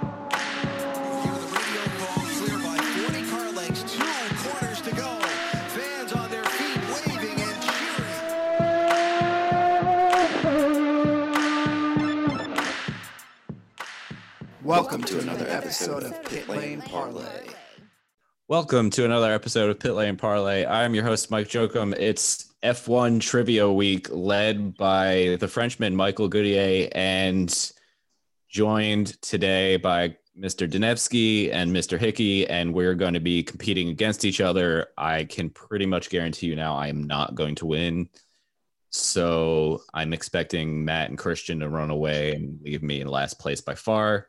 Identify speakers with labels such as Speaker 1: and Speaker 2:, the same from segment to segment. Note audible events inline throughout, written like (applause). Speaker 1: Here the radio call clear by 40 car lengths, two corners to go. Fans on their feet waving and cheering.
Speaker 2: Welcome to another episode of Pit Lane Parlay.
Speaker 3: Welcome to another episode of Pit Lane Parlay. I'm your host, Mike Jokum. It's F1 Trivia Week, led by the Frenchman Michael Goodyear, and joined today by Mr. Denevsky and Mr. Hickey. And we're going to be competing against each other. I can pretty much guarantee you now I am not going to win. So I'm expecting Matt and Christian to run away and leave me in last place by far.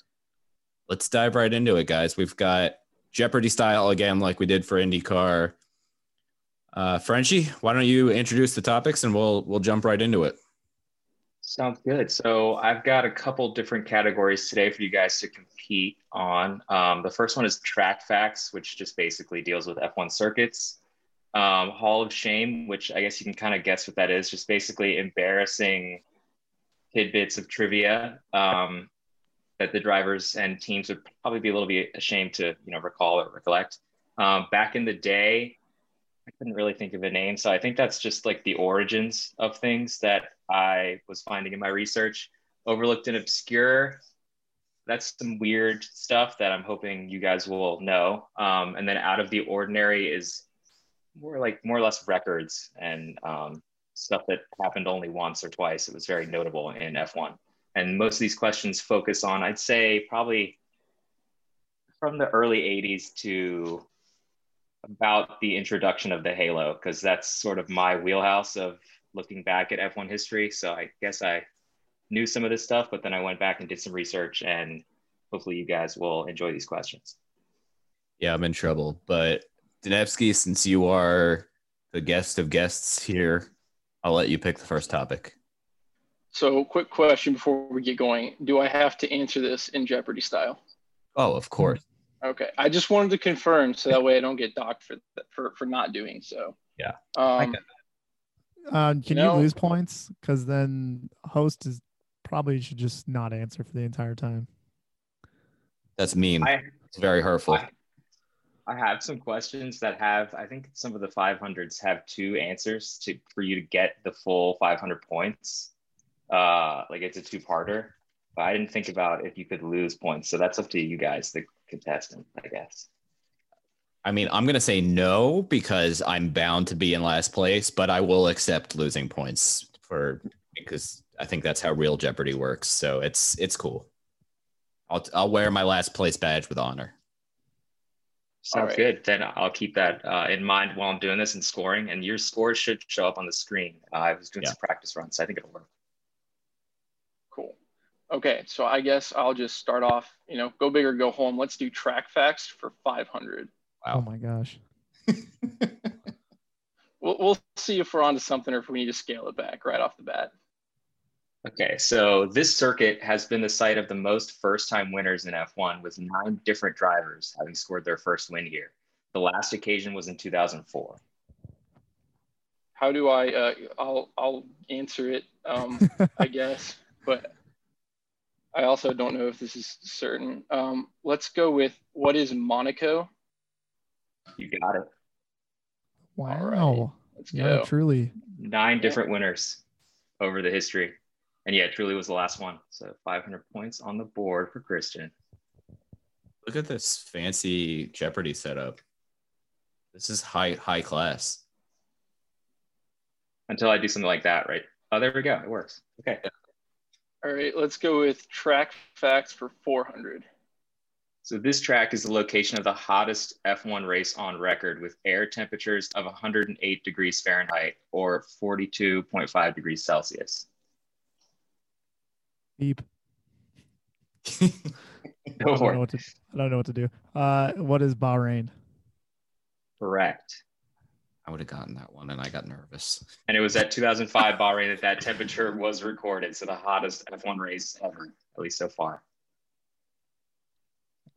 Speaker 3: Let's dive right into it, guys. We've got Jeopardy style again, like we did for IndyCar. Uh, Frenchie, why don't you introduce the topics and we'll we'll jump right into it.
Speaker 4: Sounds good. So I've got a couple different categories today for you guys to compete on. Um, the first one is track facts, which just basically deals with F1 circuits. Um, Hall of Shame, which I guess you can kind of guess what that is, just basically embarrassing tidbits of trivia um, that the drivers and teams would probably be a little bit ashamed to, you know, recall or recollect. Um, back in the day, I couldn't really think of a name. So I think that's just like the origins of things that I was finding in my research. Overlooked and obscure. That's some weird stuff that I'm hoping you guys will know. Um, and then out of the ordinary is more like more or less records and um, stuff that happened only once or twice. It was very notable in F1. And most of these questions focus on, I'd say, probably from the early 80s to about the introduction of the Halo because that's sort of my wheelhouse of looking back at F1 history. So I guess I knew some of this stuff, but then I went back and did some research, and hopefully you guys will enjoy these questions.
Speaker 3: Yeah, I'm in trouble. But Denevsky, since you are the guest of guests here, I'll let you pick the first topic.
Speaker 5: So, quick question before we get going. Do I have to answer this in Jeopardy style?
Speaker 3: Oh, of course.
Speaker 5: Okay. I just wanted to confirm so that way I don't get docked for for, for not doing so.
Speaker 3: Yeah. I
Speaker 5: Um,
Speaker 3: got
Speaker 6: Um, can
Speaker 5: No.
Speaker 6: you lose points? Because then host is probably should just not answer for the entire time.
Speaker 3: That's mean.
Speaker 4: I-
Speaker 3: it's very hurtful.
Speaker 4: I- I have some questions that have, I think some of the 500s have two answers to for you to get the full 500 points. Uh, like it's a two parter. But I didn't think about if you could lose points. So that's up to you guys, the contestant, I guess.
Speaker 3: I mean, I'm gonna say no because I'm bound to be in last place, but I will accept losing points for because I think that's how real Jeopardy works. So it's it's cool. I'll I'll wear my last place badge with honor.
Speaker 4: Sounds
Speaker 5: right.
Speaker 4: good. Then I'll keep that uh, in mind while I'm doing this and scoring. And your score should show up on the screen. Uh, I was doing
Speaker 3: Yeah.
Speaker 4: some practice runs, so I think it'll work.
Speaker 5: cool. Okay. So, I guess I'll just start off, you know, go big or go home. Let's do track facts for 500.
Speaker 6: Oh my gosh.
Speaker 5: We'll, we'll see if we're onto something or if we need to scale it back right off the bat.
Speaker 4: Okay, so this circuit has been the site of the most first time winners in F1, with nine different drivers having scored their first win here. The last occasion was in 2004.
Speaker 5: How do I? Uh, I'll I'll answer it. Um, I guess, but I also don't know if this is certain. Um, let's go with what is Monaco?
Speaker 4: You got it.
Speaker 6: wow.
Speaker 5: Let's
Speaker 6: Yeah,
Speaker 5: go.
Speaker 6: truly.
Speaker 4: Nine different winners over the history. And yeah, truly was the last one. So 500 points on the board for Christian.
Speaker 3: Look at this fancy Jeopardy setup. This is high high class. (laughs)
Speaker 4: Until I do something like that, right? Oh, there we go. It works. Okay.
Speaker 5: All right, let's go with track facts for 400.
Speaker 4: So this track is the location of the hottest F1 race on record with air temperatures of 108 degrees Fahrenheit or 42.5 degrees Celsius.
Speaker 6: Deep.
Speaker 4: Go
Speaker 6: I don't know
Speaker 4: for it.
Speaker 6: what to, I don't know what to do. Uh, what is Bahrain?
Speaker 4: Correct.
Speaker 3: I would have gotten that one, and I got nervous.
Speaker 4: And it was at 2005 Bahrain that that temperature was recorded. So the hottest F1 race ever, at least so far.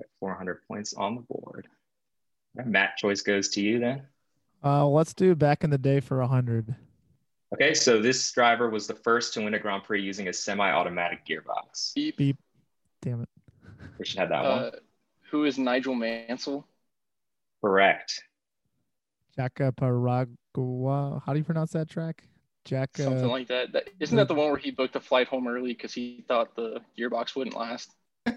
Speaker 4: Got 400 points on the board. All right, Matt, choice goes to you then.
Speaker 6: Uh, let's do back in the day for hundred.
Speaker 4: Okay, so this driver was the first to win a Grand Prix using a semi-automatic gearbox.
Speaker 5: Beep.
Speaker 6: Beep. Damn it.
Speaker 4: We should have that
Speaker 5: Uh,
Speaker 4: one.
Speaker 5: who is Nigel Mansell?
Speaker 4: Correct.
Speaker 6: Jacaparagua. How do you pronounce that track? Jack.
Speaker 5: Something
Speaker 6: Uh,
Speaker 5: like that. that. Isn't that the one where he booked a flight home early because he thought the gearbox wouldn't last?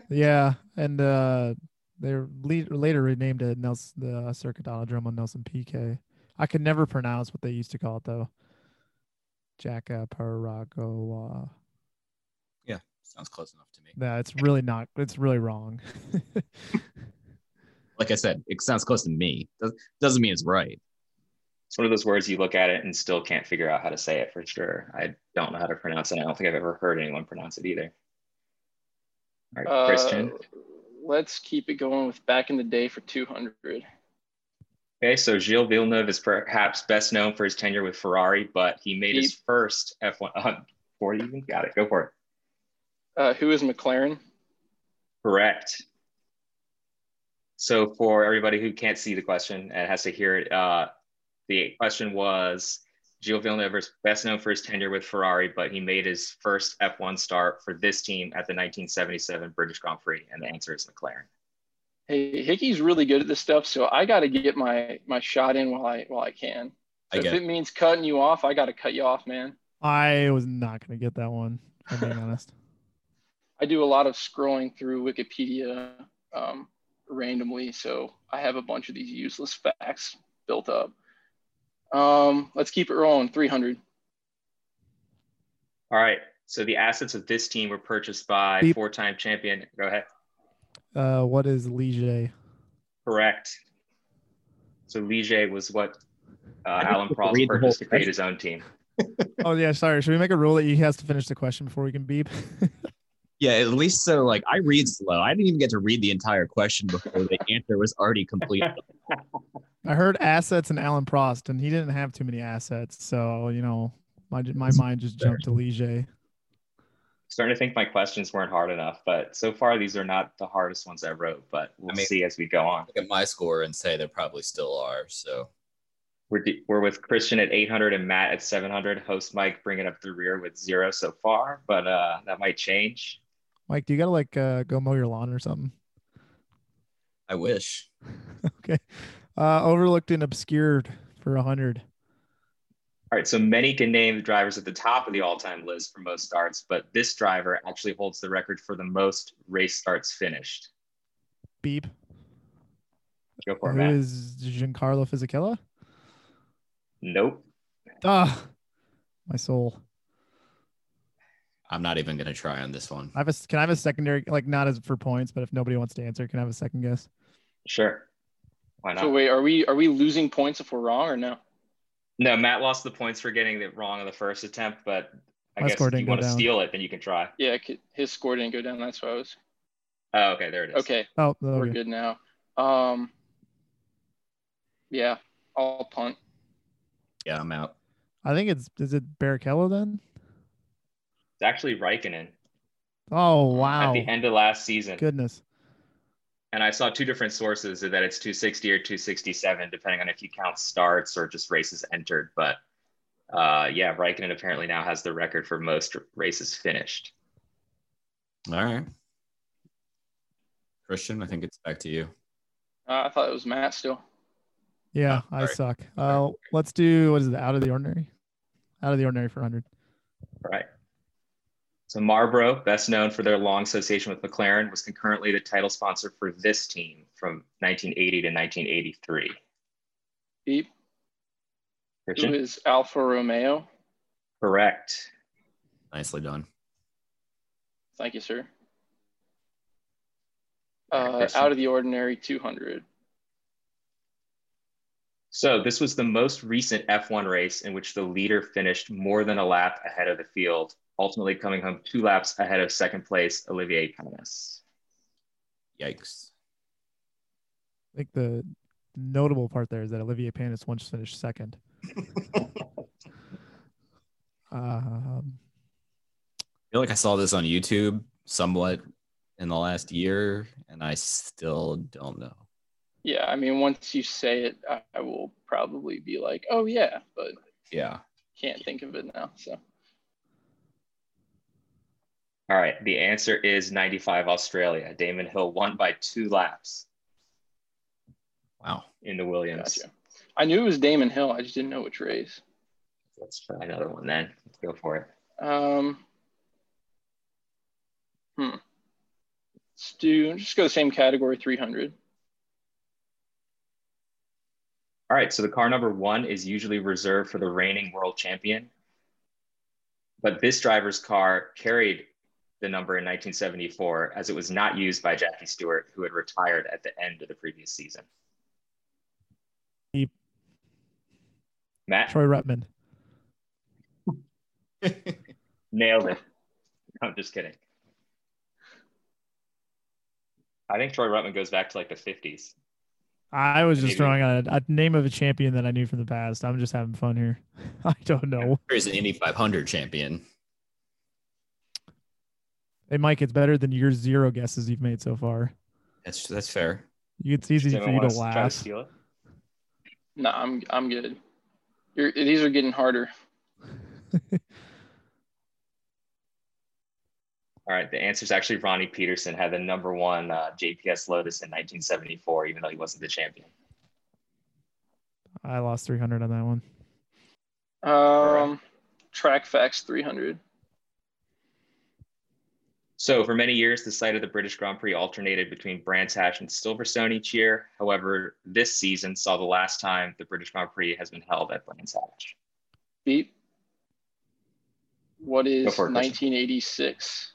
Speaker 6: yeah, and uh, they're le- later renamed it Nelson the uh, Circuitolodrome on Nelson PK. I could never pronounce what they used to call it though. Jacaparagua.
Speaker 3: Sounds close enough to me.
Speaker 6: No, it's really not. It's really wrong. (laughs)
Speaker 3: Like I said, it sounds close to me. Does- Doesn't mean it's right.
Speaker 4: It's one of those words you look at it and still can't figure out how to say it for sure. I don't know how to pronounce it. I don't think I've ever heard anyone pronounce it either. All right,
Speaker 5: Uh,
Speaker 4: Christian.
Speaker 5: Let's keep it going with back in the day for 200.
Speaker 4: Okay, so Gilles Villeneuve is perhaps best known for his tenure with Ferrari, but he made his first F1. Uh, (laughs) Ford even got it. Go for it.
Speaker 5: Uh, who is McLaren?
Speaker 4: Correct. So for everybody who can't see the question and has to hear it, uh, the question was Gilles Villeneuve is best known for his tenure with Ferrari, but he made his first F1 start for this team at the 1977 British Grand Prix, and the answer is McLaren.
Speaker 5: Hey, Hickey's really good at this stuff, so I got to get my my shot in while I while I can.
Speaker 3: I
Speaker 5: if
Speaker 3: get
Speaker 5: it means cutting you off, I got to cut you off, man.
Speaker 6: I was not gonna get that one. I'm being honest.
Speaker 5: I do a lot of scrolling through Wikipedia um, randomly, so I have a bunch of these useless facts built up. Um, let's keep it rolling. 300.
Speaker 4: All right. So the assets of this team were purchased by
Speaker 6: Beep.
Speaker 4: four-time champion. Go ahead.
Speaker 6: Uh, what is Liege?
Speaker 4: Correct. So Ligier was what uh, Alan
Speaker 3: to
Speaker 4: Prost
Speaker 3: read the whole
Speaker 4: purchased to create his own team.
Speaker 6: Oh yeah, sorry. Should we make a rule that he has to finish the question before we can beep? (laughs)
Speaker 3: Yeah, at least so like I read slow. I didn't even get to read the entire question before the answer was already (laughs) complete.
Speaker 6: I heard assets and Alan Prost, and he didn't have too many assets, so you know, my my mind just jumped to Liege.
Speaker 4: starting to think my questions weren't hard enough, but so far these are not the hardest ones I wrote, but we'll
Speaker 3: I mean-
Speaker 4: see as we go on.
Speaker 3: Look at my score and say there probably still are. So
Speaker 4: We're, d- we're with Christian at 800 and Matt at 700. Host Mike bringing up the rear with zero so far, but uh, that might change.
Speaker 6: Mike, do you gotta like uh, go mow your lawn or something? (laughs)
Speaker 3: I wish.
Speaker 6: Okay. Uh, overlooked and obscured for a hundred.
Speaker 4: All right, so many can name the drivers at the top of the all time list for most starts, but this driver actually holds the record for the most race starts finished.
Speaker 6: Beep.
Speaker 4: Go for it,
Speaker 6: Who
Speaker 4: Matt.
Speaker 6: is Giancarlo Fisichella?
Speaker 4: nope.
Speaker 6: Ah, my soul.
Speaker 3: I'm not even gonna try on this one.
Speaker 6: I have a can I have a secondary like not as for points, but if nobody wants to answer, can I have a second guess?
Speaker 4: Sure. Why not?
Speaker 5: So wait, are we are we losing points if we're wrong or no?
Speaker 4: no, Matt lost the points for getting it wrong on the first attempt, but I
Speaker 6: My
Speaker 4: guess
Speaker 6: score
Speaker 4: if you
Speaker 6: didn't go
Speaker 4: want to
Speaker 6: down.
Speaker 4: steal it, then you can try.
Speaker 5: Yeah, c- his score didn't go down. That's why I was.
Speaker 4: Oh, okay, there it is.
Speaker 5: Okay,
Speaker 6: Oh,
Speaker 5: we're
Speaker 6: okay.
Speaker 5: good now. Um, yeah, I'll punt.
Speaker 3: Yeah, I'm out.
Speaker 6: I think it's is it Barrichello then?
Speaker 4: It's actually Raikkonen
Speaker 6: Oh
Speaker 4: at
Speaker 6: wow,
Speaker 4: the end of last season.
Speaker 6: goodness.
Speaker 4: And I saw two different sources that it's 260 or 267, depending on if you count starts or just races entered. But uh, yeah, Raikkonen apparently now has the record for most races finished.
Speaker 3: All right. Christian, I think it's back to you.
Speaker 5: Uh, I thought it was Matt still.
Speaker 6: Yeah,
Speaker 3: Oh,
Speaker 6: I
Speaker 3: sorry.
Speaker 6: suck. Uh, let's do what is it? Out of the ordinary. Out of the ordinary for hundred.
Speaker 4: All right. So Marlboro, best known for their long association with McLaren, was concurrently the title sponsor for this team from 1980 to 1983.
Speaker 5: Beep. Who
Speaker 4: Christian?
Speaker 5: is Alfa Romeo?
Speaker 4: Correct.
Speaker 3: Nicely done.
Speaker 5: Thank you, sir. Uh,
Speaker 4: Question.
Speaker 5: out of the ordinary, 200.
Speaker 4: So this was the most recent F1 race in which the leader finished more than a lap ahead of the field, ultimately coming home two laps ahead of second place Olivier Panis.
Speaker 3: Yikes.
Speaker 6: I think the notable part there is that Olivier Panis once finished second. um,
Speaker 3: I feel like I saw this on YouTube somewhat in the last year, and I still don't know.
Speaker 5: Yeah, I mean, once you say it, I, I will probably be like, oh, yeah, but
Speaker 3: Yeah.
Speaker 5: can't think of it now. So
Speaker 4: All right, the answer is 95 Australia. Damon Hill won by two laps
Speaker 3: Wow.
Speaker 4: in the Williams.
Speaker 5: gotcha. I knew it was Damon Hill. I just didn't know which race.
Speaker 4: Let's try another one then. Let's go for it.
Speaker 5: Um, hmm. Let's do just go the same category 300.
Speaker 4: All right, so the car number one is usually reserved for the reigning world champion. But this driver's car carried the number in 1974 as it was not used by Jackie Stewart, who had retired at the end of the previous season.
Speaker 6: Yep.
Speaker 4: Matt
Speaker 6: Troy Rutman.
Speaker 4: nailed it. (laughs) I'm just kidding. I think Troy Rutman goes back to like the 50s.
Speaker 6: I was
Speaker 4: Maybe.
Speaker 6: just throwing out a, a name of a champion that I knew from the past. I'm just having fun here. (laughs) I don't know.
Speaker 3: Here's an Indy 500 champion.
Speaker 6: Hey, Mike, it's better than your zero guesses you've made so far.
Speaker 3: That's that's fair.
Speaker 6: You- It's easy
Speaker 4: Does
Speaker 6: for
Speaker 4: anyone
Speaker 6: you to
Speaker 4: wanna s- try to
Speaker 6: laugh.
Speaker 4: steal it?
Speaker 5: No, I'm I'm good. You're, these are getting harder.
Speaker 4: All right, the answer is actually Ronnie Peterson had the number one uh, JPS Lotus in 1974, even though he wasn't the champion.
Speaker 6: I lost 300 on that one.
Speaker 5: Um, track facts 300.
Speaker 4: So, for many years, the site of the British Grand Prix alternated between Brands Hatch and Silverstone each year. However, this season saw the last time the British Grand Prix has been held at Brands Hatch.
Speaker 5: Beep. What is
Speaker 4: Go for it, Christian.
Speaker 5: 1986?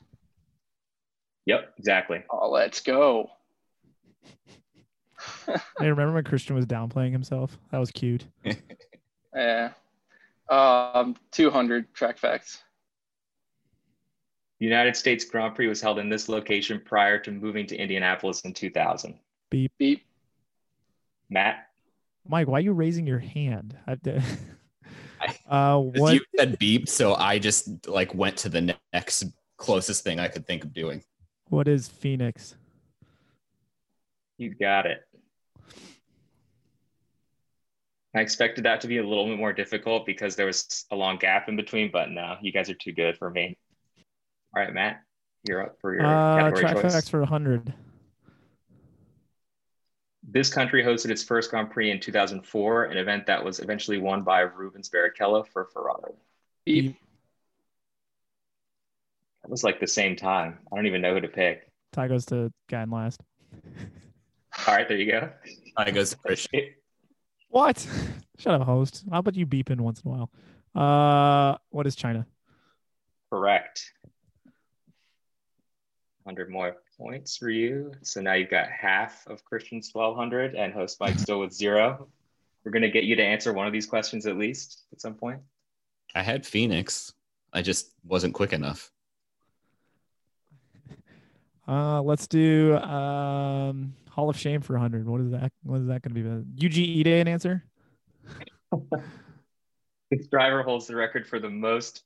Speaker 4: Yep, exactly.
Speaker 5: Oh, let's go.
Speaker 6: Hey, remember when Christian was downplaying himself? That was cute.
Speaker 5: Yeah. Eh, Um, 200 track facts.
Speaker 4: The United States Grand Prix was held in this location prior to moving to Indianapolis in 2000.
Speaker 5: Beep.
Speaker 4: Matt,
Speaker 6: Mike, why are you raising your hand? I (laughs) have to- uh,
Speaker 3: 'Cause
Speaker 6: what
Speaker 3: You said beep, so I just like went to the ne- next closest thing I could think of doing.
Speaker 6: what is Phoenix?
Speaker 4: you got it. I expected that to be a little bit more difficult because there was a long gap in between, but no, you guys are too good for me. All right, Matt, you're up for your
Speaker 6: Uh,
Speaker 4: category
Speaker 6: track
Speaker 4: choice.
Speaker 6: facts for 100.
Speaker 4: This country hosted its first Grand Prix in 2004, an event that was eventually won by Rubens Barrichello for Ferrari.
Speaker 5: Beep.
Speaker 6: Beep.
Speaker 4: That was like the same time. I don't even know who to pick.
Speaker 6: Tie goes to guy in last.
Speaker 4: All right, there you go.
Speaker 3: I goes to Christian.
Speaker 6: What? (laughs) Shut up, host. How about you beep in once in a while? Uh, what is China?
Speaker 4: Correct. 100 more points for you. So now you've got half of Christian's 1200 and host Mike still with zero. We're going to get you to answer one of these questions at least at some point.
Speaker 3: I had Phoenix. I just wasn't quick enough.
Speaker 6: Uh, let's do um Hall of Shame for 100. What is that? What is that going to be? UGE day an answer?
Speaker 4: This driver holds the record for the most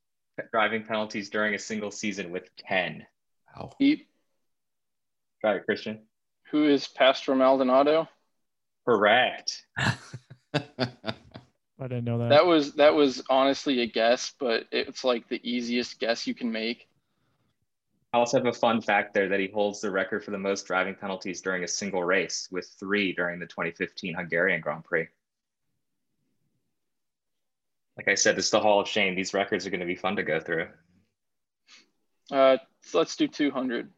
Speaker 4: driving penalties during a single season with 10.
Speaker 3: (laughs) Wow.
Speaker 5: Beep.
Speaker 4: Try it, Christian.
Speaker 5: Who is Pastor Maldonado?
Speaker 4: Correct.
Speaker 6: I didn't know that.
Speaker 5: That was that was honestly a guess, but it's like the easiest guess you can make.
Speaker 4: I also have a fun fact there that he holds the record for the most driving penalties during a single race, with three during the 2015 Hungarian Grand Prix. Like I said, this is the Hall of Shame. These records are going to be fun to go through.
Speaker 5: Uh, so let's do 200.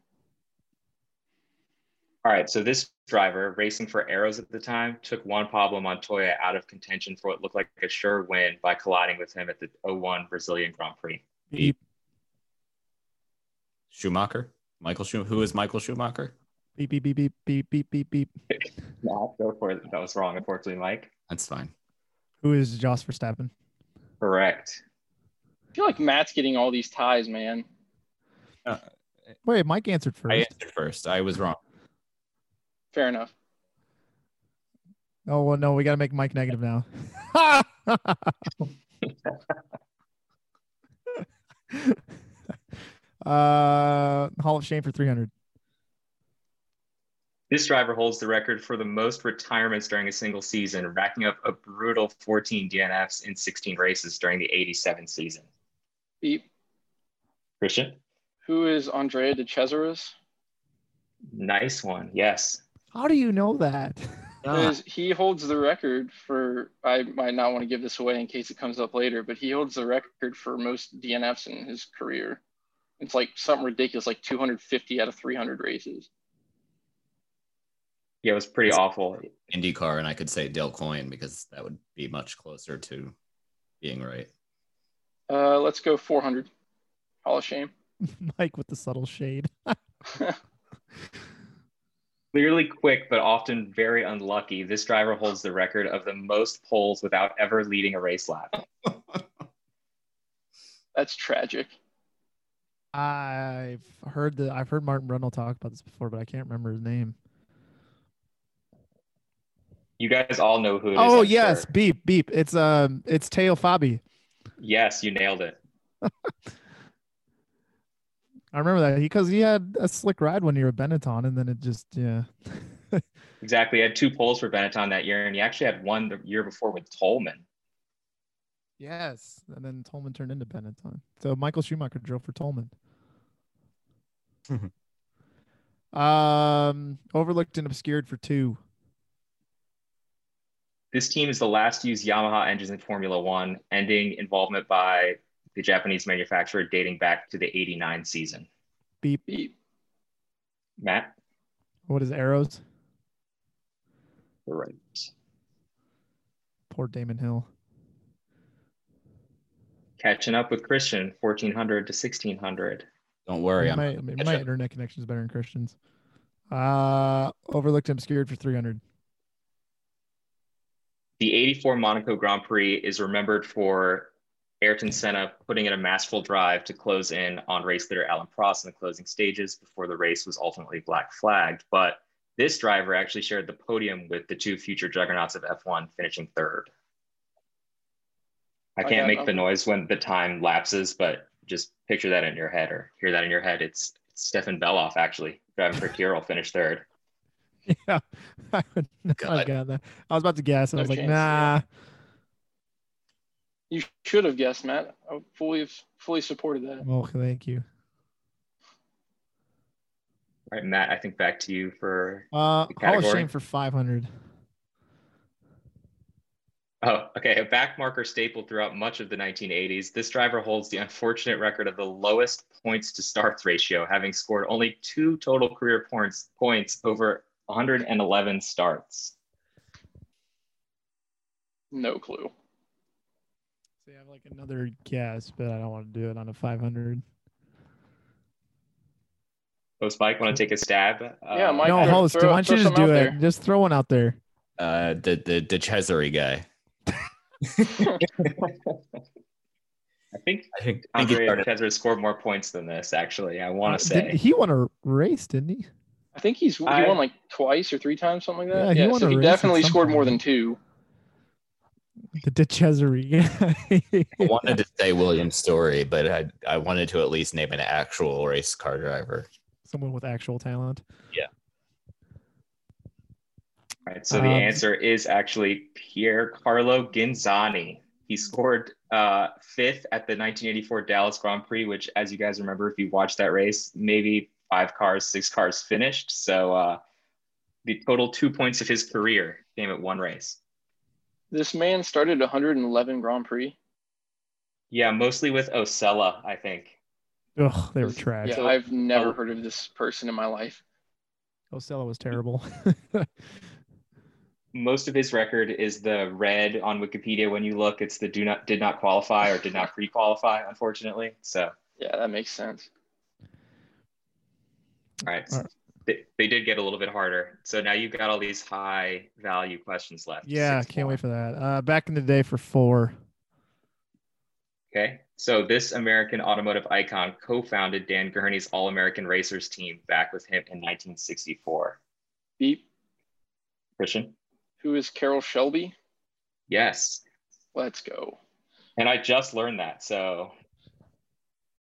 Speaker 4: All right, so this driver, racing for arrows at the time, took Juan Pablo Montoya out of contention for what looked like a sure win by colliding with him at the 01 Brazilian Grand Prix.
Speaker 6: Beep.
Speaker 3: Schumacher? Michael Schumacher? Who is Michael Schumacher?
Speaker 6: Beep beep beep beep beep beep beep beep.
Speaker 4: No, go for it. That was wrong, unfortunately, Mike.
Speaker 3: That's fine.
Speaker 6: Who is Joss Verstappen?
Speaker 4: Correct.
Speaker 5: I feel like Matt's getting all these ties, man.
Speaker 6: Wait, Mike answered first.
Speaker 3: I answered first. I was wrong.
Speaker 5: Fair enough.
Speaker 6: oh well, no, we gotta make Mike negative now. (laughs) uh, Hall of Shame for three hundred.
Speaker 4: This driver holds the record for the most retirements during a single season, racking up a brutal 14 DNFs in 16 races during the 87 season.
Speaker 5: Beep.
Speaker 4: Christian,
Speaker 5: Who is Andrea de Cesaris?
Speaker 4: nice one. Yes.
Speaker 6: How do you know that? (laughs)
Speaker 5: Because he holds the record for, I might not want to give this away in case it comes up later, but he holds the record for most DNFs in his career. It's like something ridiculous, like 250 out of 300 races.
Speaker 4: Yeah, it was pretty awful.
Speaker 3: IndyCar, and I could say Del Coin because that would be much closer to being right.
Speaker 5: Uh, let's go 400. Hall of Shame. (laughs)
Speaker 6: Mike with the subtle shade.
Speaker 4: Clearly quick, but often very unlucky, this driver holds the record of the most poles without ever leading a race lap.
Speaker 5: That's tragic.
Speaker 6: I've heard the I've heard Martin Brundle talk about this before, but I can't remember his name.
Speaker 4: You guys all know who it is.
Speaker 6: Oh
Speaker 4: I'm
Speaker 6: yes,
Speaker 4: sure.
Speaker 6: beep beep. It's um, it's Teo Fabi.
Speaker 4: Yes, you nailed it.
Speaker 6: I remember that because he had a slick ride when you were at Benetton, and then it just yeah.
Speaker 4: Exactly. He had two poles for Benetton that year, and he actually had one the year before with Tolman.
Speaker 6: Yes, and then Tolman turned into Benetton. So Michael Schumacher drove for Tolman. um, overlooked and obscured for two.
Speaker 4: This team is the last to use Yamaha engines in Formula One, ending involvement by the Japanese manufacturer dating back to the 89 season.
Speaker 6: Beep.
Speaker 5: Beep.
Speaker 4: Matt?
Speaker 6: What is arrows?
Speaker 4: Right.
Speaker 6: Poor Damon Hill.
Speaker 4: Catching up with Christian, 1400 to 1600.
Speaker 3: Don't worry, I'm
Speaker 6: my my internet connection is better than Christian's. Uh, overlooked and obscured for three hundred. (laughs)
Speaker 4: The 84 Monaco Grand Prix is remembered for Ayrton Senna putting in a masterful drive to close in on race leader Alan Prost in the closing stages before the race was ultimately black flagged. But this driver actually shared the podium with the two future juggernauts of F1, finishing third. I
Speaker 5: I
Speaker 4: can't
Speaker 5: got
Speaker 4: make the
Speaker 5: nothing.
Speaker 4: noise when the time lapses, but just picture that in your head or hear that in your head. It's, it's Stefan Beloff actually driving for Kirill, finished third.
Speaker 6: Yeah, (laughs) I would not have
Speaker 3: God.
Speaker 6: gotten that. I was about to guess, and I
Speaker 5: No
Speaker 6: was like,
Speaker 5: chance.
Speaker 6: nah.
Speaker 5: You should have guessed, Matt. I fully, fully supported that.
Speaker 6: Well, Oh, thank you.
Speaker 4: All right, Matt, I think back to you for.
Speaker 6: Uh,
Speaker 4: The
Speaker 6: Hall of
Speaker 4: category?
Speaker 6: Shame for five hundred.
Speaker 4: Oh, okay. A backmarker staple throughout much of the 1980s, this driver holds the unfortunate record of the lowest points to starts ratio, having scored only two total career points points over 111 starts.
Speaker 5: No clue.
Speaker 6: See, I have like another guess, but I don't want to do it on a five hundred.
Speaker 4: So, Spike, want to take a stab? Um,
Speaker 5: Yeah, Mike,
Speaker 6: no,
Speaker 5: throw-
Speaker 6: host,
Speaker 5: throw-
Speaker 6: why don't you
Speaker 5: throw
Speaker 6: just
Speaker 5: some
Speaker 6: do it?
Speaker 5: out there.
Speaker 6: Just throw one out there.
Speaker 3: uh, the the the Cesare guy.
Speaker 4: I think
Speaker 3: I think, I think he
Speaker 4: Andre
Speaker 3: started.
Speaker 4: Kessler scored more points than this, actually. I want to
Speaker 6: Uh,
Speaker 4: say.
Speaker 6: didn't- he won a race, didn't he?
Speaker 5: I think he's he
Speaker 4: I-
Speaker 5: won like twice or three times, something like
Speaker 6: Yeah,
Speaker 5: that.
Speaker 6: he
Speaker 5: Yeah,
Speaker 6: won
Speaker 5: so
Speaker 6: a
Speaker 5: he
Speaker 6: race at
Speaker 5: definitely
Speaker 6: some
Speaker 5: scored more
Speaker 6: point.
Speaker 5: than two.
Speaker 6: The De Cesare guy.
Speaker 3: I wanted to say William's story, but I I wanted to at least name an actual race car driver.
Speaker 6: (laughs) Someone with actual talent.
Speaker 4: All right, so the
Speaker 6: Um,
Speaker 4: answer is actually Pier Carlo Ginzani. He scored uh, fifth at the 1984 Dallas Grand Prix, which, as you guys remember, if you watched that race, maybe five cars, six cars finished. So uh, the total two points of his career came at one race.
Speaker 5: This man started 111 Grand Prix.
Speaker 4: Yeah, mostly with Osella, I think.
Speaker 6: Ugh, they were trash.
Speaker 5: Yeah,
Speaker 4: So-
Speaker 5: I've never
Speaker 4: oh.
Speaker 5: heard of this person in my life.
Speaker 6: Osella was terrible. (laughs)
Speaker 4: Most of his record is the red on Wikipedia. When you look, it's the do not did not qualify or did not pre-qualify, unfortunately. So, all
Speaker 5: Yeah, that makes sense.
Speaker 4: right,
Speaker 6: All right.
Speaker 4: they, they did get a little bit harder. So now you've got all these high value questions left.
Speaker 7: Yeah,
Speaker 4: Six
Speaker 7: can can't
Speaker 4: more.
Speaker 7: wait for that. Uh, back in the day for four.
Speaker 4: Okay. So this American automotive icon co-founded Dan Gurney's All-American Racers team back with him in 1964.
Speaker 5: Beep.
Speaker 4: Christian?
Speaker 5: Who is Carol Shelby?
Speaker 4: Yes.
Speaker 5: Let's go.
Speaker 4: And I just learned that. So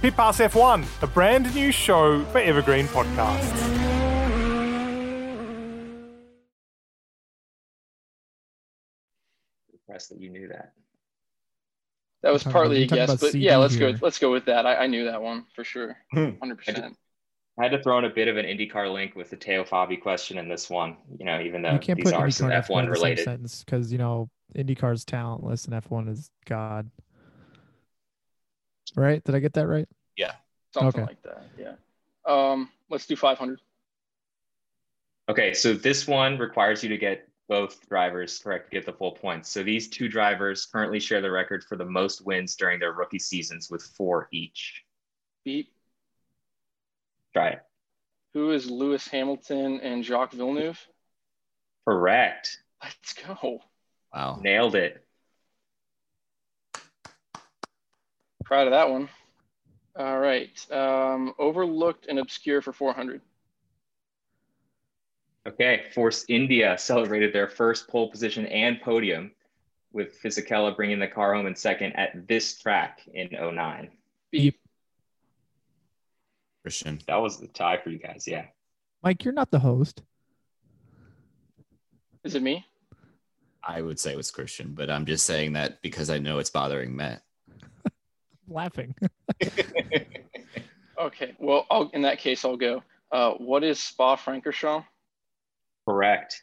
Speaker 6: Pit Pass F1, a brand new show for Evergreen Podcasts.
Speaker 4: impressed that you knew that.
Speaker 5: That was
Speaker 7: Talking
Speaker 5: partly
Speaker 7: about-
Speaker 5: a
Speaker 7: talking
Speaker 5: guess,
Speaker 7: about
Speaker 5: but
Speaker 7: CD
Speaker 5: yeah, let's
Speaker 7: here.
Speaker 5: go. Let's go with that. I, I knew that one for sure, hundred percent.
Speaker 4: I had to throw in a bit of an IndyCar link with the Teo Fabi question in this one, you know, even though
Speaker 7: you can't
Speaker 4: these
Speaker 7: put
Speaker 4: are some
Speaker 7: IndyCar and F1
Speaker 4: F1
Speaker 7: in the same
Speaker 4: related.
Speaker 7: sentence because you know IndyCar's talentless and F1 is god. Right? Did I get that right?
Speaker 5: Something
Speaker 7: Okay.
Speaker 5: like that. Yeah. Um, let's do five hundred.
Speaker 4: Okay, so this one requires you to get both drivers correct to get the full points. So these two drivers currently share the record for the most wins during their rookie seasons with four each.
Speaker 5: Beep.
Speaker 4: Try it.
Speaker 5: Who is Lewis Hamilton and Jacques Villeneuve?
Speaker 4: Correct.
Speaker 5: Let's go.
Speaker 3: Wow.
Speaker 4: Nailed it.
Speaker 5: Proud of that one. All right. Um, overlooked and obscure for four hundred.
Speaker 4: Okay, Force India (laughs) celebrated their first pole position and podium with Fisichella bringing the car home in second at this track in 09.
Speaker 5: Beep.
Speaker 3: Christian.
Speaker 4: That was the tie for you guys, yeah.
Speaker 7: Mike, you're not the host.
Speaker 5: Is it me?
Speaker 3: I would say it was Christian, but I'm just saying that because I know it's bothering Matt.
Speaker 7: laughing.
Speaker 5: Okay. Well, I'll, in that case, I'll go. Uh, what is Spa Francorchamps? (laughs)
Speaker 4: Correct.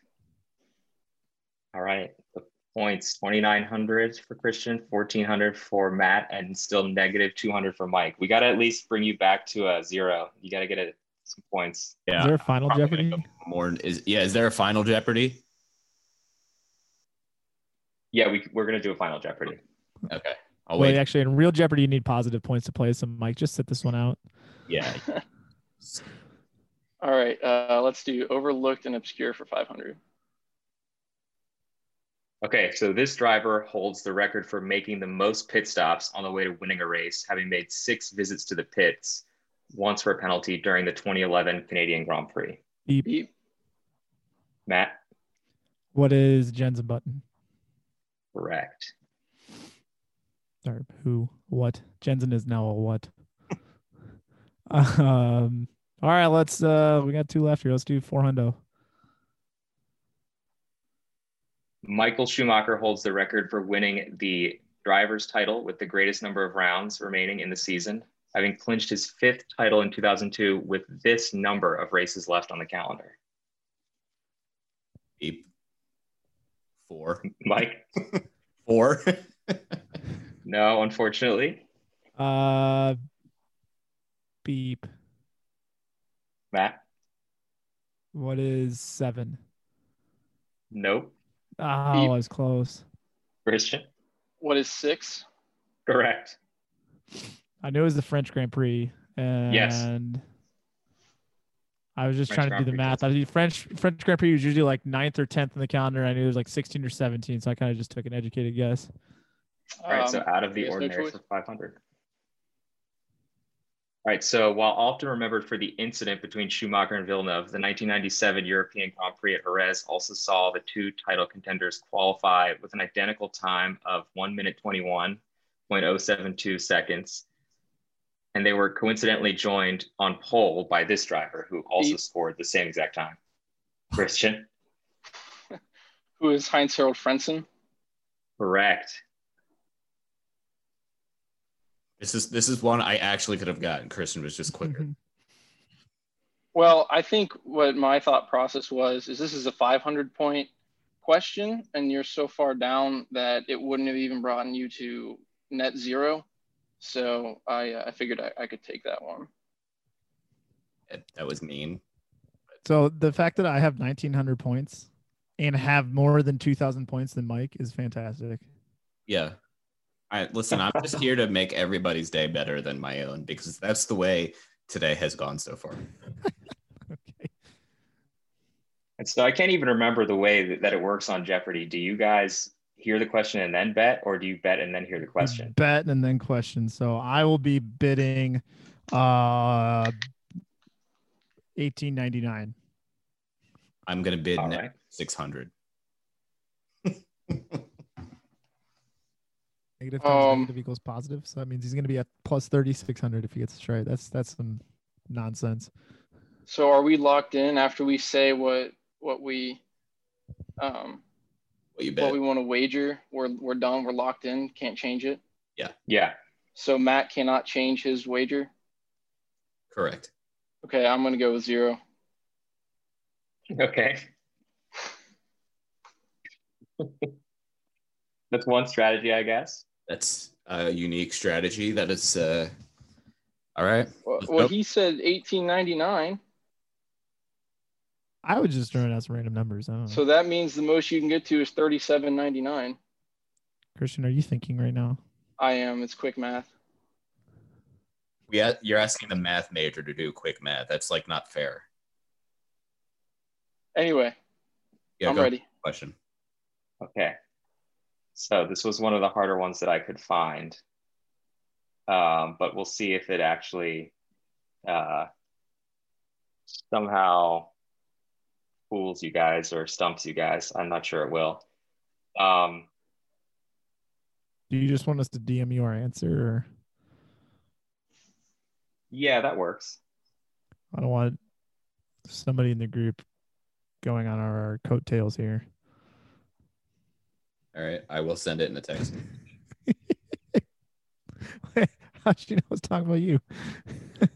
Speaker 4: All right. The points 2,900 for Christian, 1,400 for Matt, and still negative 200 for Mike. We got to at least bring you back to a zero. You got to get a, some points.
Speaker 3: Yeah.
Speaker 7: is there a final
Speaker 3: probably gonna
Speaker 7: Jeopardy?
Speaker 3: go More is yeah. Is there a final Jeopardy?
Speaker 4: Yeah, we, we're going to do a final Jeopardy.
Speaker 3: Okay. I'll
Speaker 7: Wait,
Speaker 3: wait.
Speaker 7: actually, in real Jeopardy, you need positive points to play. So, Mike, just sit this one out.
Speaker 3: Yeah.
Speaker 5: All right. Uh, let's do overlooked and obscure for five hundred.
Speaker 4: Okay, so this driver holds the record for making the most pit stops on the way to winning a race, having made six visits to the pits, once for a penalty during the 2011 Canadian Grand Prix.
Speaker 7: Beep.
Speaker 5: Beep.
Speaker 4: Matt,
Speaker 7: What is Jensen Button?
Speaker 4: correct.
Speaker 7: Or who? What? Jensen is now a what? um. All right, let's. uh We got two left here. Let's do four hundo.
Speaker 4: Michael Schumacher holds the record for winning the driver's title with the greatest number of rounds remaining in the season, having clinched his fifth title in 2002 with this number of races left on the calendar.
Speaker 3: Eight. Four.
Speaker 4: Mike,
Speaker 3: Four. (laughs)
Speaker 4: no, unfortunately.
Speaker 7: Uh. Beep.
Speaker 4: Matt,
Speaker 7: What is seven?
Speaker 4: nope.
Speaker 7: Oh, I
Speaker 5: Beep.
Speaker 7: was close.
Speaker 4: Christian,
Speaker 5: What is six?
Speaker 4: Correct.
Speaker 6: I knew it was the French Grand Prix, and
Speaker 4: Yes.
Speaker 6: I was just
Speaker 4: French
Speaker 6: trying to
Speaker 4: Grand
Speaker 6: do the
Speaker 4: Prix,
Speaker 6: math. I did French French Grand Prix was usually like ninth or tenth in the calendar. I knew it was like sixteen or seventeen, so I kind of just took an educated guess.
Speaker 4: All right, so
Speaker 5: Um,
Speaker 4: out of the
Speaker 5: there's no
Speaker 4: ordinary
Speaker 5: choice.
Speaker 4: for 500. All right, so while often remembered for the incident between Schumacher and Villeneuve, the 1997 European Grand Prix at Jerez also saw the two title contenders qualify with an identical time of 1 minute 21.072 seconds. And they were coincidentally joined on pole by this driver, who also scored the same exact time. Christian,
Speaker 5: Who is Heinz Harold Frentzen?
Speaker 4: correct.
Speaker 3: This is this is one I actually could have gotten. Christian was just
Speaker 7: Mm-hmm.
Speaker 3: quicker.
Speaker 5: Well, I think what my thought process was is this is a 500 point question, and you're so far down that it wouldn't have even brought you to net zero. So I, uh, I figured I, I could take that one.
Speaker 3: That- That was mean.
Speaker 6: So the fact that I have nineteen hundred points and have more than two thousand points than Mike is fantastic.
Speaker 3: Yeah. I listen, I'm just here to make everybody's day better than my own because that's the way today has gone so far.
Speaker 4: And so I can't even remember the way that, that it works on Jeopardy. Do you guys hear the question and then bet, or do you bet and then hear the question?
Speaker 8: Mm.
Speaker 6: Bet and then question. So I will be bidding, uh, eighteen ninety nine.
Speaker 3: I'm gonna bid net (laughs) 600.
Speaker 6: Negative times
Speaker 5: Um,
Speaker 6: negative equals positive. So that means he's going to be at plus thirty six hundred if he gets this right. That's that's some nonsense.
Speaker 5: So are we locked in after we say what what we um,
Speaker 3: what, you
Speaker 5: what we want to wager? We're we're done. We're locked in. Can't change it.
Speaker 4: Yeah.
Speaker 5: So Matt cannot change his wager.
Speaker 3: Correct.
Speaker 5: Okay, I'm gonna go with zero.
Speaker 4: Okay. (laughs) That's one strategy, I guess.
Speaker 3: That's a unique strategy. That is uh all right.
Speaker 5: Well,
Speaker 3: Nope.
Speaker 5: well he said 1899.
Speaker 6: I was just throwing out some random numbers. I don't know.
Speaker 5: So that means the most you can get to is 37.99.
Speaker 6: Christian, are you thinking right now?
Speaker 5: I am. It's quick math.
Speaker 3: we a- you're asking the math major to do quick math. That's like not fair.
Speaker 5: Anyway, I'm
Speaker 3: go
Speaker 5: ready.
Speaker 3: Question.
Speaker 4: Okay. So this was one of the harder ones that I could find. Um, but we'll see if it actually uh, somehow fools you guys or stumps you guys. I'm not sure it will. Um,
Speaker 6: Do you just want us to DM you our answer? Or
Speaker 4: yeah, that works.
Speaker 6: I don't want somebody in the group going on our, our coattails here. (laughs)
Speaker 3: All right. I will send it in a text.
Speaker 6: How should you know I was talking about you? (laughs)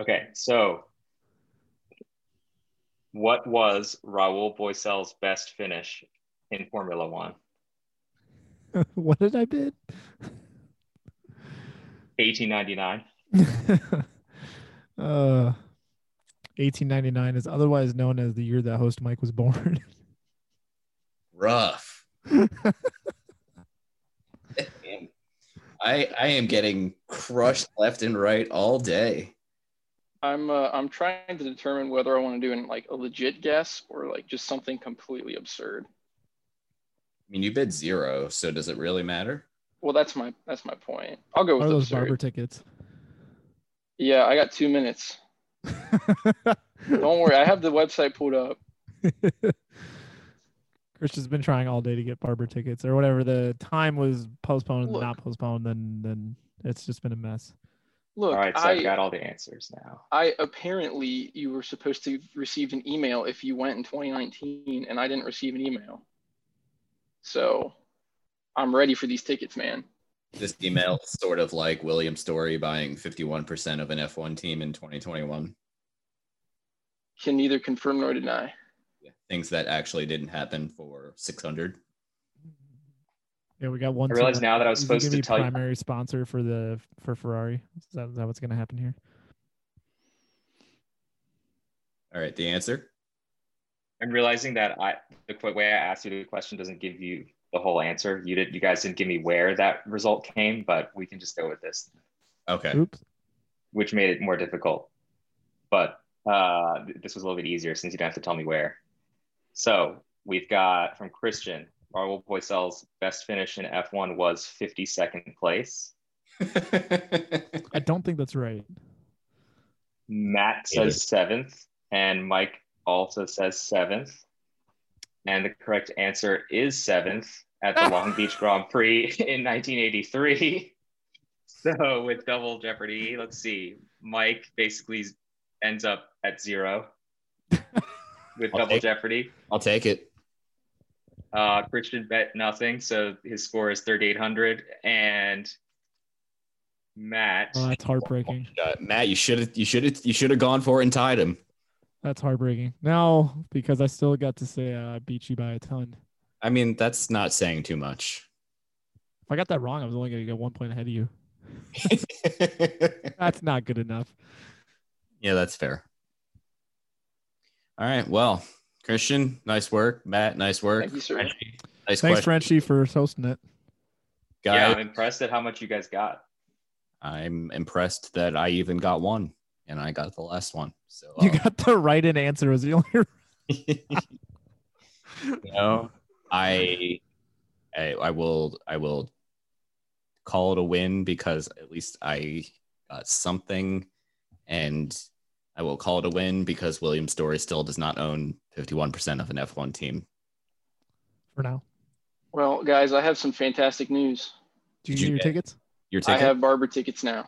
Speaker 4: Okay, so what was Raul Boisel's best finish in Formula One?
Speaker 6: what did I bid? (laughs)
Speaker 4: 1899.
Speaker 6: (laughs) uh, 1899 is otherwise known as the year that host Mike was born.
Speaker 4: (laughs)
Speaker 3: Rough. I I am getting crushed left and right all day.
Speaker 5: I'm uh, I'm trying to determine whether I want to do an, like a legit guess or like just something completely absurd.
Speaker 3: I mean, you bid zero, so does it really matter?
Speaker 5: Well, that's my that's my point. I'll go with
Speaker 6: Are those
Speaker 5: absurd.
Speaker 6: barber tickets?
Speaker 5: Yeah, I got two minutes. Don't worry, I have the website pulled up.
Speaker 6: Christian's been trying all day to get barber tickets or whatever. The time was postponed,
Speaker 5: (laughs)
Speaker 6: and
Speaker 5: Look.
Speaker 6: not postponed, then then it's just been a mess.
Speaker 5: Look,
Speaker 4: all right, so
Speaker 5: I,
Speaker 4: I've got all the answers now.
Speaker 5: I apparently you were supposed to receive an email if you went in 2019, and I didn't receive an email. So I'm ready for these tickets, man.
Speaker 3: This email is sort of like William Story buying 51% of an F1 team in 2021,
Speaker 5: Can neither confirm nor deny.
Speaker 3: things that actually didn't happen for 600.
Speaker 6: Yeah, we got one.
Speaker 4: I realized
Speaker 6: team
Speaker 4: now that I was
Speaker 6: is gonna
Speaker 4: supposed to
Speaker 6: be
Speaker 4: tell you-
Speaker 6: primary sponsor for the for Ferrari. Is that, is that what's going to happen here?
Speaker 3: All right, the answer?
Speaker 4: I'm realizing that I the qu- way I asked you the question doesn't give you the whole answer. You did. You guys didn't give me where that result came, but we can just go with this.
Speaker 3: Okay. (laughs)
Speaker 6: Oops.
Speaker 4: Which made it more difficult, but uh, th- this was a little bit easier since you didn't have to tell me where. So we've got from Christian. Marvel Boycel's best finish in F1 was 52nd place.
Speaker 6: I don't think that's right.
Speaker 4: Matt
Speaker 6: Either.
Speaker 4: says seventh, and Mike also says seventh. And the correct answer is seventh at the Long Beach Grand Prix in 1983. (laughs) So, with double jeopardy, let's see. Mike basically ends up at zero with
Speaker 3: I'll
Speaker 4: double
Speaker 3: take-
Speaker 4: jeopardy.
Speaker 3: I'll take it.
Speaker 4: Uh, Christian bet nothing, so his score is 3,800. And Matt
Speaker 6: Oh, that's heartbreaking.
Speaker 3: Uh, Matt, you should have you should have you should have gone for it and tied him.
Speaker 6: That's heartbreaking. No, because I still got to say uh, I beat you by a ton.
Speaker 3: I mean, that's not saying too (laughs) much.
Speaker 6: If I got that wrong, I was only going to get one point ahead of you. that's not good enough.
Speaker 3: Yeah, that's fair. All right. Well, Christian, nice work. Matt, nice work.
Speaker 5: Thank you, sir.
Speaker 3: Reggie, Nice
Speaker 6: Thanks,
Speaker 3: question.
Speaker 6: Frenchie, for hosting it.
Speaker 3: Guy,
Speaker 4: Yeah, I'm impressed at how much you guys got.
Speaker 3: I'm impressed that I even got one and I got the last one. So
Speaker 6: (laughs)
Speaker 3: um,
Speaker 6: You got the right in answer. Was the only.
Speaker 3: (laughs) you know, I, I I will I will call it a win because at least I got something, and I will call it a win because Williams Story still does not own fifty one percent of an F one team.
Speaker 6: For now,
Speaker 5: Well, guys, I have some fantastic news.
Speaker 6: do you
Speaker 3: Did you
Speaker 6: need your
Speaker 3: get
Speaker 6: tickets?
Speaker 3: Your ticket,
Speaker 5: I have barber tickets now.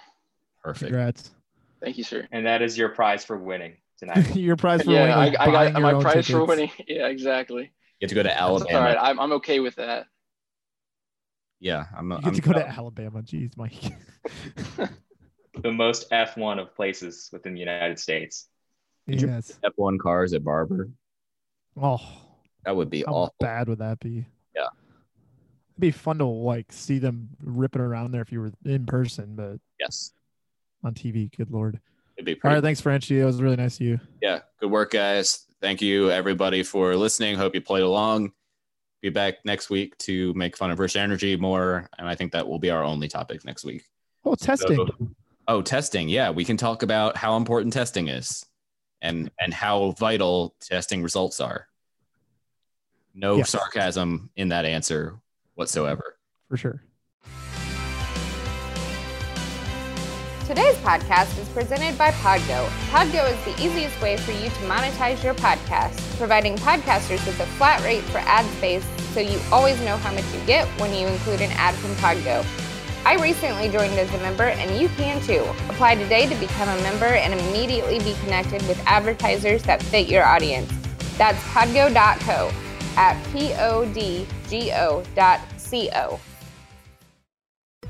Speaker 3: perfect.
Speaker 6: Congrats.
Speaker 5: Thank you, sir.
Speaker 4: And that is your prize for winning tonight.
Speaker 6: your prize for
Speaker 5: yeah,
Speaker 6: winning.
Speaker 5: I, I
Speaker 6: buying
Speaker 5: got
Speaker 6: your
Speaker 5: my
Speaker 6: own
Speaker 5: prize for
Speaker 6: tickets.
Speaker 5: winning. (laughs) Yeah, exactly.
Speaker 3: You have to go to
Speaker 5: That's all
Speaker 3: Alabama.
Speaker 5: right. I'm, I'm okay with that.
Speaker 3: Yeah, I'm.
Speaker 6: You
Speaker 3: I'm
Speaker 6: get to go to Alabama. Jeez, Mike.
Speaker 4: the most F1 of places within the United States.
Speaker 3: Did you-
Speaker 6: yes.
Speaker 3: F one cars at Barber.
Speaker 6: Oh.
Speaker 3: That would be
Speaker 6: How
Speaker 3: awful.
Speaker 6: bad would that be?
Speaker 3: Yeah.
Speaker 6: It'd be fun to like see them ripping around there if you were in person, but
Speaker 3: Yes,
Speaker 6: on TV, good lord.
Speaker 3: it'd be
Speaker 6: All
Speaker 3: pretty.
Speaker 6: right, thanks, Franchi. It was really nice of you.
Speaker 3: yeah, good work, guys. Thank you, everybody, for listening. Hope you played along. Be back next week to make fun of Rich Energy more, and I think that will be our only topic next week.
Speaker 6: Oh, testing.
Speaker 3: So- oh, testing. Yeah, we can talk about how important testing is, and and how vital testing results are. No
Speaker 6: Yes.
Speaker 3: sarcasm in that answer whatsoever.
Speaker 6: for sure.
Speaker 8: Today's podcast is presented by Podgo. Podgo is the easiest way for you to monetize your podcast, providing podcasters with a flat rate for ad space so you always know how much you get when you include an ad from Podgo. I recently joined as a member and you can too. Apply today to become a member and immediately be connected with advertisers that fit your audience. That's podgo.co at P-O-D-G-O dot C-O.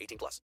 Speaker 9: 18 plus.